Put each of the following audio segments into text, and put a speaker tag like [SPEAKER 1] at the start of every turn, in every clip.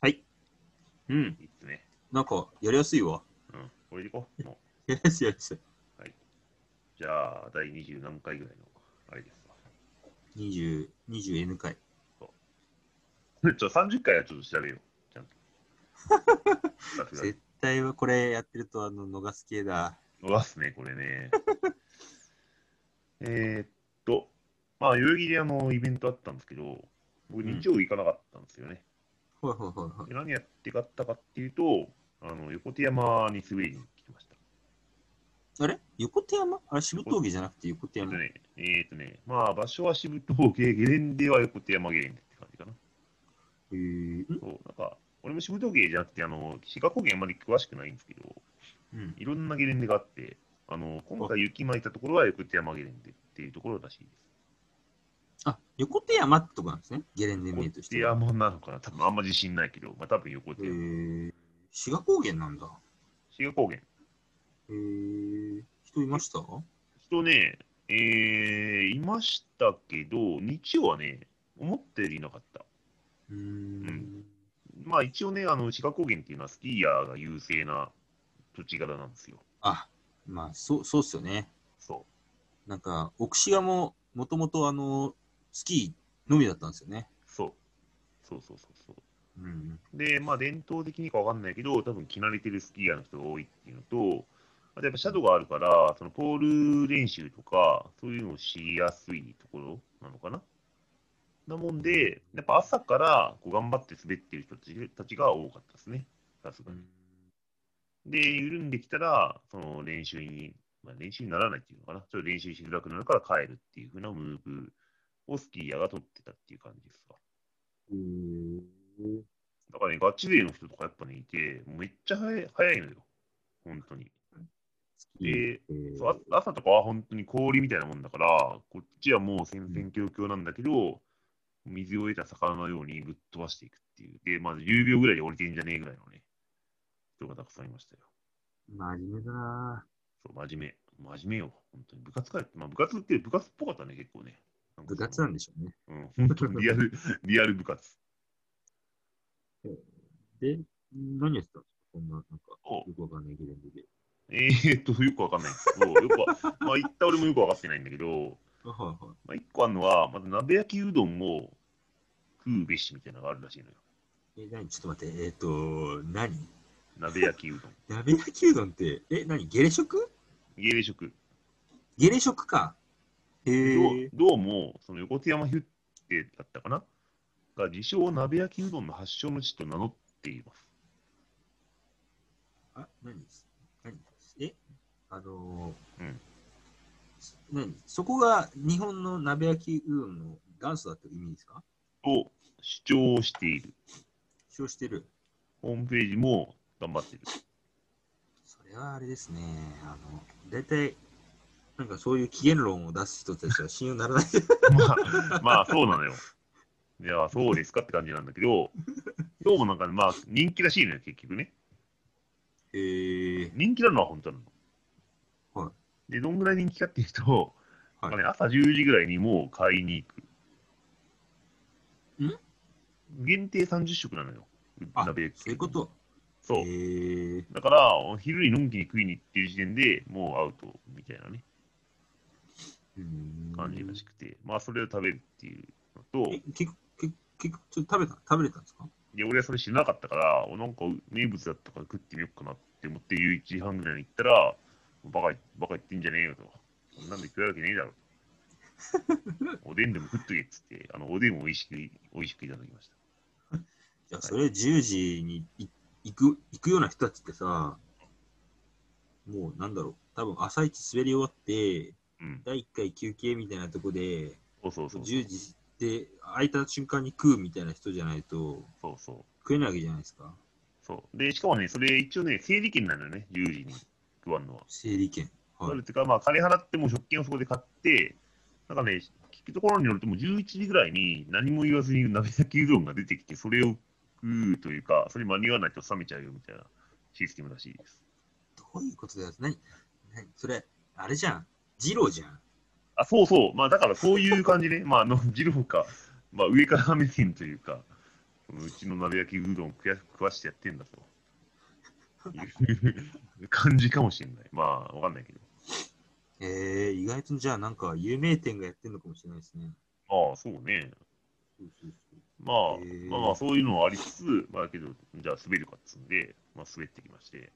[SPEAKER 1] はい。
[SPEAKER 2] うん。
[SPEAKER 1] いいっすね。
[SPEAKER 2] なんか、やりやすいわ。
[SPEAKER 1] うん。これでいこう。もう
[SPEAKER 2] やりやすい、やりやすい。
[SPEAKER 1] じゃあ、第20何回ぐらいの、あれですわ。
[SPEAKER 2] 20、20N 回。
[SPEAKER 1] ちょ、30回はちょっと調べよう。ちゃ んと。さすがに
[SPEAKER 2] 絶対はこれやってると、あの、逃す系だ。
[SPEAKER 1] 逃すね、これね。 えーっと、まあ、代々木であの、イベントあったんですけど、僕、
[SPEAKER 2] うん
[SPEAKER 1] 日曜日行かなかったんですよね。
[SPEAKER 2] ほいほいほいほい。
[SPEAKER 1] で何やってかったかっていうと、あの横手山に滑りに来てました。
[SPEAKER 2] あれ横手山あれ、渋峠じゃなくて横手
[SPEAKER 1] えっと
[SPEAKER 2] 山。
[SPEAKER 1] ね、えーっとね、まあ場所は渋峠、ゲレンデは横手山ゲレンデって感じかな。
[SPEAKER 2] えー、ん
[SPEAKER 1] そうなんか俺も渋峠じゃなくて、あの志賀高原あまり詳しくないんですけど、
[SPEAKER 2] うん。
[SPEAKER 1] いろんなゲレンデがあって、あの今回雪まいたところは横手山ゲレンデっていうところらしいです。
[SPEAKER 2] あ、横手山ってとこなんですね。ゲレンデ名と
[SPEAKER 1] 横
[SPEAKER 2] し
[SPEAKER 1] 手
[SPEAKER 2] ては。
[SPEAKER 1] 山なのかな、多分あんま自信ないけど、まあ多分横
[SPEAKER 2] え
[SPEAKER 1] 手山。
[SPEAKER 2] ー、志賀高原なんだ。
[SPEAKER 1] 志賀高原。
[SPEAKER 2] えー、人いました
[SPEAKER 1] 人ね、えー、いましたけど、日曜はね、思ったよりいなかった。
[SPEAKER 2] うーん。
[SPEAKER 1] まあ一応ね、あの、志賀高原っていうのはスキーヤーが優勢な土地柄なんですよ。
[SPEAKER 2] あ、まあ、そう、そうっすよね。
[SPEAKER 1] そ
[SPEAKER 2] なんか、奥志賀も、もともとあの、スキーのみだったんですよね。
[SPEAKER 1] う。そう。そうそうそうそう。
[SPEAKER 2] うん。
[SPEAKER 1] で、まあ伝統的にかわかんないけど、多分着慣れてるスキーヤーの人が多いっていうのと、あとやっぱシャドウがあるから、そのポール練習とか、そういうのをしやすいところなのかななもんで、やっぱ朝からこう頑張って滑ってる人たちたちが多かったですね。さすがに。で、緩んできたら、その練習に、まあ、練習にならないっていうのかな、ちょっと練習しづらくなるから帰るっていう風なムーブをスキーヤーが取ってたっていう感じですわ。だからね、ガチ勢の人とかやっぱね、いて、めっちゃ早い早いのよ、本当に。
[SPEAKER 2] スキー
[SPEAKER 1] で、そうあ朝とかは本当に氷みたいなもんだから、こっちはもう戦々恐々なんだけど、水を得た魚のようにぶっ飛ばしていくっていう。で、まず10秒ぐらいで降りてんじゃねえぐらいのね、人がたくさんいましたよ。
[SPEAKER 2] 真面目だな
[SPEAKER 1] そう、真面目。真面目よ。本当に。部活かよって、まあ、部活って部活っぽかったね、結構ね。なんか
[SPEAKER 2] 部活なんでしょうね。
[SPEAKER 1] うん、本当にリアル、 リアル部活。
[SPEAKER 2] で、何やってたんですかこんな、なんか、
[SPEAKER 1] お
[SPEAKER 2] よくわかんないゲレンデで。
[SPEAKER 1] えー、っと、よくわかんないんですけど、よくわ、まあ、言った俺もよくわかってないんだけど、
[SPEAKER 2] はいはい。
[SPEAKER 1] まあ、一個あるのは、まず鍋焼きうどんも食うべしみたいなのがあるらしいのよ。
[SPEAKER 2] え、何ちょっと待って、えっ、と、何
[SPEAKER 1] 鍋焼きうどん。
[SPEAKER 2] 鍋焼きうどんって、え、何ゲレ食
[SPEAKER 1] 家で食。
[SPEAKER 2] ゲレ食か。へ
[SPEAKER 1] ど
[SPEAKER 2] え
[SPEAKER 1] う。どうも、その横手山ヒュッテだったかなが、自称鍋焼きうどんの発祥の地と名乗っています。
[SPEAKER 2] あ、何です何えあのー、
[SPEAKER 1] うん
[SPEAKER 2] 何そこが日本の鍋焼きうどんの元祖だって意味ですか
[SPEAKER 1] と主張している。
[SPEAKER 2] 主張してる。
[SPEAKER 1] ホームページも頑張ってる。
[SPEAKER 2] それはあれですね。あの、大体、なんかそういう起源論を出す人たちは信用ならない。
[SPEAKER 1] まあ、まあ、そうなのよ。いや、そうですかって感じなんだけど、どうもなんかね、まあ、人気らしいのよ、結局ね。
[SPEAKER 2] へえ。
[SPEAKER 1] 人気なのは本当なの。
[SPEAKER 2] は
[SPEAKER 1] で、どんぐらい人気かっていうと、
[SPEAKER 2] はい
[SPEAKER 1] なんかね、朝10時ぐらいにもう買いに行く。限定30食なのよ。
[SPEAKER 2] あ、そう
[SPEAKER 1] 鍋
[SPEAKER 2] い
[SPEAKER 1] 焼き
[SPEAKER 2] うこと。
[SPEAKER 1] そう
[SPEAKER 2] へ。え。
[SPEAKER 1] だから、お昼にのんきに食いに行ってる時点でもうアウトみたいなね、感じらし
[SPEAKER 2] く
[SPEAKER 1] くて、まあ、それを食べるっていうのと、
[SPEAKER 2] え、結局、結結局、ちょっと食べた、食べれたんですか
[SPEAKER 1] で、俺はそれ知らなかったから、おなんか名物だったから食ってみようかなって思って、11時半ぐらいに行ったら、バカい、バカ言ってんじゃねえよと。そんなんで食えるわけねえだろと。おでんでも食っとけっつって、あの、おでんを美味しく、美味しくいただきました。
[SPEAKER 2] じゃあ、それ10時にい行く行くような人たちってさ、もうなんだろう、多分朝一滑り終わって、
[SPEAKER 1] うん。
[SPEAKER 2] 第1回休憩みたいなとこで、
[SPEAKER 1] そうそうそう。
[SPEAKER 2] 10時で空いた瞬間に食うみたいな人じゃないと
[SPEAKER 1] そうそう。
[SPEAKER 2] 食えないわけじゃないですか。
[SPEAKER 1] そう。で、しかもね、それ一応ね、整理券なのよね、10時に食わんのは。
[SPEAKER 2] 整理券。
[SPEAKER 1] そ
[SPEAKER 2] は
[SPEAKER 1] れ
[SPEAKER 2] い
[SPEAKER 1] っ。てか、まあ、金払ってもう食券をそこで買って、なんかね、聞くところによると、もう11時ぐらいに何も言わずに鍋焼きうどんが出てきて、それを食うというか、それに間に合わないと冷めちゃうよみたいなシステムらしいです。
[SPEAKER 2] どういうことだよ。何何それ、あれじゃん。ジローじゃん。
[SPEAKER 1] あ、そうそう、まあ、だからそういう感じね、まあ、あの、ジローか、まあ、上から目線というか、そのうちの鍋焼きうどん食や食わしてやってんだという感じかもしれない。まあ、わかんないけど。
[SPEAKER 2] えー、意外とじゃあなんか有名店がやってるのかもしれないですね。
[SPEAKER 1] まあ、そうね。
[SPEAKER 2] そうそうそう
[SPEAKER 1] まあ
[SPEAKER 2] へ、ー
[SPEAKER 1] まあまあ、そういうのはありつつ、まあ、けど、じゃあ滑るかっつうんで、まあ、滑ってきまして。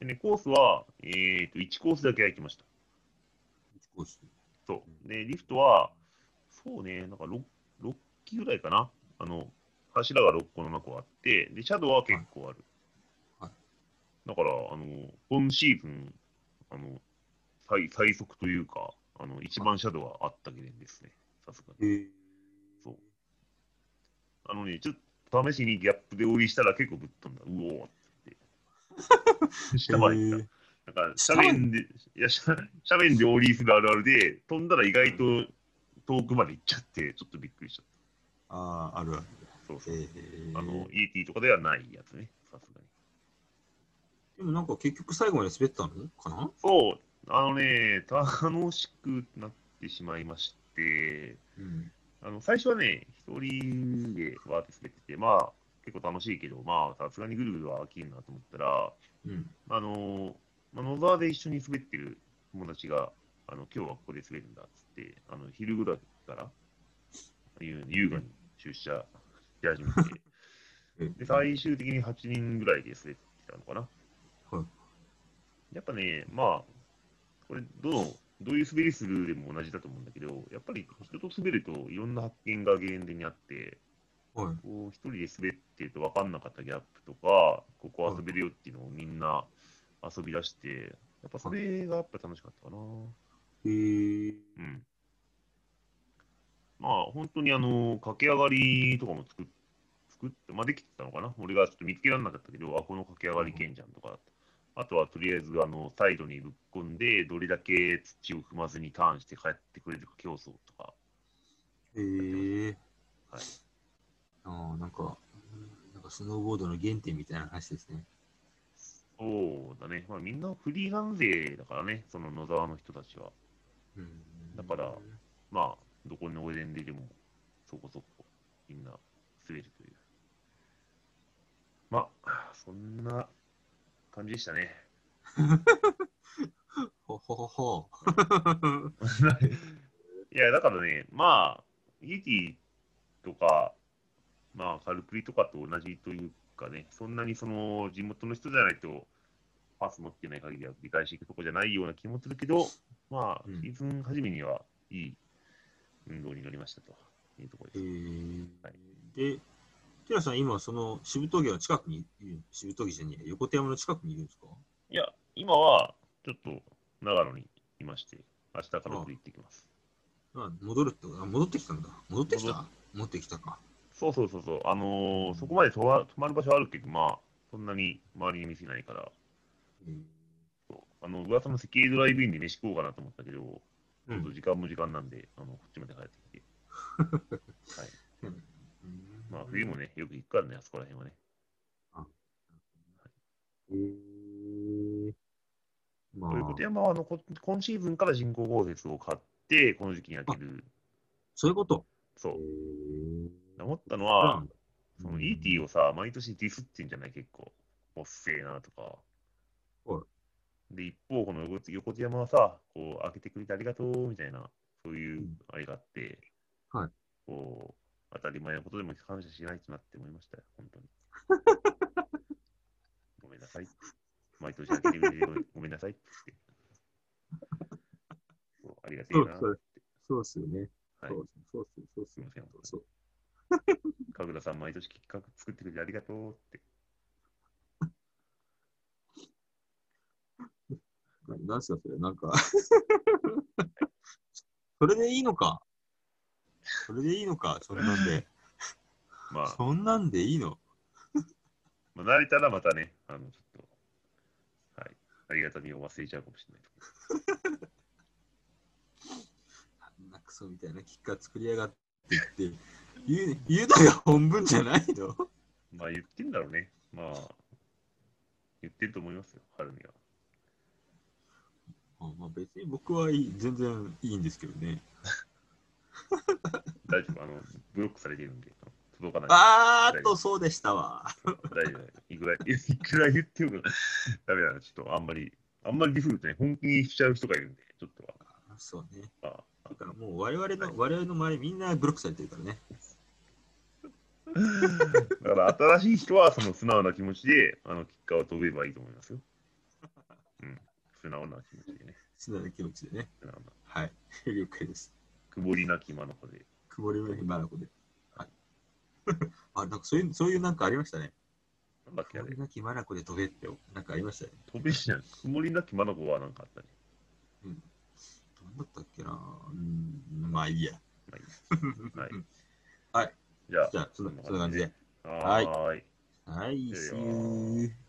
[SPEAKER 1] でね、コースは、えー、と、1コースだけ空いてました。
[SPEAKER 2] 一コース
[SPEAKER 1] そう。で、リフトは、そうね、なんか 6, 6機ぐらいかな。あの、柱が6個の個あって、で、シャドウは結構ある。
[SPEAKER 2] はいは
[SPEAKER 1] だから、あの、今シーズン、あの、最最速というか、あの、一番シャドウはあったゲレンですね。さすがに。
[SPEAKER 2] えー、
[SPEAKER 1] そう。あのね、ちょっと試しにギャップで追いしたら結構ぶっ飛んだ。うおーって言 って。下まで行った。なんか斜面で、いや、斜斜面でオーリーするあるあるで、飛んだら意外と遠くまで行っちゃって、ちょっとびっくりしちゃっ
[SPEAKER 2] ああ、あるある。
[SPEAKER 1] た。そう
[SPEAKER 2] え
[SPEAKER 1] そう。
[SPEAKER 2] ー、
[SPEAKER 1] あの、イエティとかではないやつね、さすがに。
[SPEAKER 2] でもなんか結局最後まで滑ったのかな
[SPEAKER 1] そう、あのね、楽しくなってしまいまして、
[SPEAKER 2] うん。
[SPEAKER 1] あの最初はね、一人でわーって滑ってて、まあ、結構楽しいけど、まあ、さすがにぐるぐるは飽きるなと思ったら、
[SPEAKER 2] うん。
[SPEAKER 1] あのーまあ、野沢で一緒に滑ってる友達が、あの今日はここで滑るんだっつって、あの昼ぐらいから優優雅に出社し始めて、
[SPEAKER 2] うん
[SPEAKER 1] で最終的に8人ぐらいで滑ってたのかな。
[SPEAKER 2] はい
[SPEAKER 1] やっぱね、まあ、これどの、どういう滑りするでも同じだと思うんだけど、やっぱり人と滑るといろんな発見がゲレンデにあって、
[SPEAKER 2] はい。
[SPEAKER 1] こう一人で滑ってると分かんなかったギャップとか、ここ遊べるよっていうのをみんな遊び出して、やっぱそれがやっぱ楽しかったかな。
[SPEAKER 2] えー、
[SPEAKER 1] うん。まあ本当にあの、駆け上がりとかも作っ作って、まあできてたのかな。俺がちょっと見つけられなかったけど、あ、この駆け上がりけんじゃんとか。あとはとりあえずあのサイドにぶっこんで、どれだけ土を踏まずにターンして帰ってくれるか競争とか。
[SPEAKER 2] えー、
[SPEAKER 1] はい。
[SPEAKER 2] ああ、なんか、うんなんかスノーボードの原点みたいな話ですね。
[SPEAKER 1] そうだね。まあみんなフリーラン勢だからね、その野沢の人たちは。
[SPEAKER 2] うん
[SPEAKER 1] だからまあ、どこのおいでんででも、そこそこ、みんな滑るという。まあ、そんな感じでしたね。
[SPEAKER 2] ほほほほ。
[SPEAKER 1] いや、だからね、まあ、イエティとか、まあ、カルクリとかと同じというかね、そんなにその地元の人じゃないと、パス持ってない限りは理解していくとこじゃないような気もするけど、まあ、
[SPEAKER 2] うん
[SPEAKER 1] シーズン初めにはいい運動になりましたというところ
[SPEAKER 2] え
[SPEAKER 1] です。
[SPEAKER 2] ー
[SPEAKER 1] はい
[SPEAKER 2] で、テラさん、今、その、しぶとげの近くにいる、しぶとげじゃねえ、横手山の近くにいるんですか
[SPEAKER 1] いや、今はちょっと長野にいまして、明日から僕行ってきます。
[SPEAKER 2] あ戻るって、あ戻ってきたんだ。戻ってき
[SPEAKER 1] 戻
[SPEAKER 2] た戻ってきたか。
[SPEAKER 1] そうそうそうそう、あのーそこまでとわ泊まる場所はあるけど、まあ、そんなに周りに店ないから、
[SPEAKER 2] えー
[SPEAKER 1] そうあの噂の石英ドライブインで飯食おうかなと思ったけど、ち
[SPEAKER 2] う
[SPEAKER 1] ょっ
[SPEAKER 2] ん
[SPEAKER 1] と時間も時間なんで、あのこっちまで帰ってきて、まあ、冬もね、よく行くからね、あそこら辺はね。
[SPEAKER 2] えー、まあ、
[SPEAKER 1] ということで、まあ、あのこ今シーズンから人工豪雪を買って、この時期に開ける、
[SPEAKER 2] そういうこと。
[SPEAKER 1] そ
[SPEAKER 2] え
[SPEAKER 1] う。
[SPEAKER 2] ー
[SPEAKER 1] 思ったの
[SPEAKER 2] そう
[SPEAKER 1] は
[SPEAKER 2] なん、だ
[SPEAKER 1] その ET をさ、毎年ディスってんじゃない結構。おっせえなとか。
[SPEAKER 2] は
[SPEAKER 1] で、一方、この横横手山はさ、こう、開けてくれてありがとう、みたいな、そういう
[SPEAKER 2] うん
[SPEAKER 1] あれがあって、
[SPEAKER 2] はい
[SPEAKER 1] こう、当たり前のことでも感謝しないとなって思いましたよ、本 当に。ごめんなさい。毎年開けてくれてごめんごめんなさいって言って。そうありがてえ
[SPEAKER 2] そ
[SPEAKER 1] な
[SPEAKER 2] う。そうそうっすよね。
[SPEAKER 1] はい
[SPEAKER 2] そうそうっすそうっす
[SPEAKER 1] すいません
[SPEAKER 2] そう。
[SPEAKER 1] 神楽さん、毎年企画作ってくれてありがとうって。
[SPEAKER 2] ななんすかそれ、なんか。それでいいのか。それでいいのか、それなんで。
[SPEAKER 1] まあ、
[SPEAKER 2] そんなんでいいの。
[SPEAKER 1] まあ、慣れたらまたね、あの、ちょっと、はい、ありがたみを忘れちゃうかもしれない。
[SPEAKER 2] なんかそうみたいな結果作りやがってって言う、言うたが本文じゃないの。
[SPEAKER 1] まあ、言ってんだろうね。まあ、言ってると思いますよ、春美は。
[SPEAKER 2] あまあ別に僕はいい、全然いいんですけどね。
[SPEAKER 1] 大丈夫、あの、ブロックされてるんで、届かない。
[SPEAKER 2] あーっと、そうでしたわ。
[SPEAKER 1] 大丈夫。いくら、いくら言ってもダメだな、ちょっとあんまり、あんまりディフルとね、本気にしちゃう人がいるんで、ちょっとは。
[SPEAKER 2] そうね。
[SPEAKER 1] あ
[SPEAKER 2] だからもう我々の、我々の周りみんなブロックされてるからね。
[SPEAKER 1] だから新しい人はその素直な気持ちであの結果を飛べばいいと思いますよ。うん、素直な気持ちでね。
[SPEAKER 2] 素直な気持ちでね。
[SPEAKER 1] 素直な。
[SPEAKER 2] はい。 了解です。
[SPEAKER 1] 曇りなき眼で。
[SPEAKER 2] 曇りの日まなこで。はい。 あ、なんかそういう、そういうなんかありましたね。
[SPEAKER 1] なんだっけあ
[SPEAKER 2] 曇
[SPEAKER 1] れ
[SPEAKER 2] り。なきまなこで飛べって、なんかありましたね。
[SPEAKER 1] 飛べじゃん。曇りなき眼はなんかあったね。
[SPEAKER 2] うん。どうだったっけなうん、まあいいや。
[SPEAKER 1] まあいい
[SPEAKER 2] はい。
[SPEAKER 1] じゃあ、
[SPEAKER 2] じゃあ、そんなそんな感じで。
[SPEAKER 1] はーい。
[SPEAKER 2] はい、
[SPEAKER 1] いや
[SPEAKER 2] see you.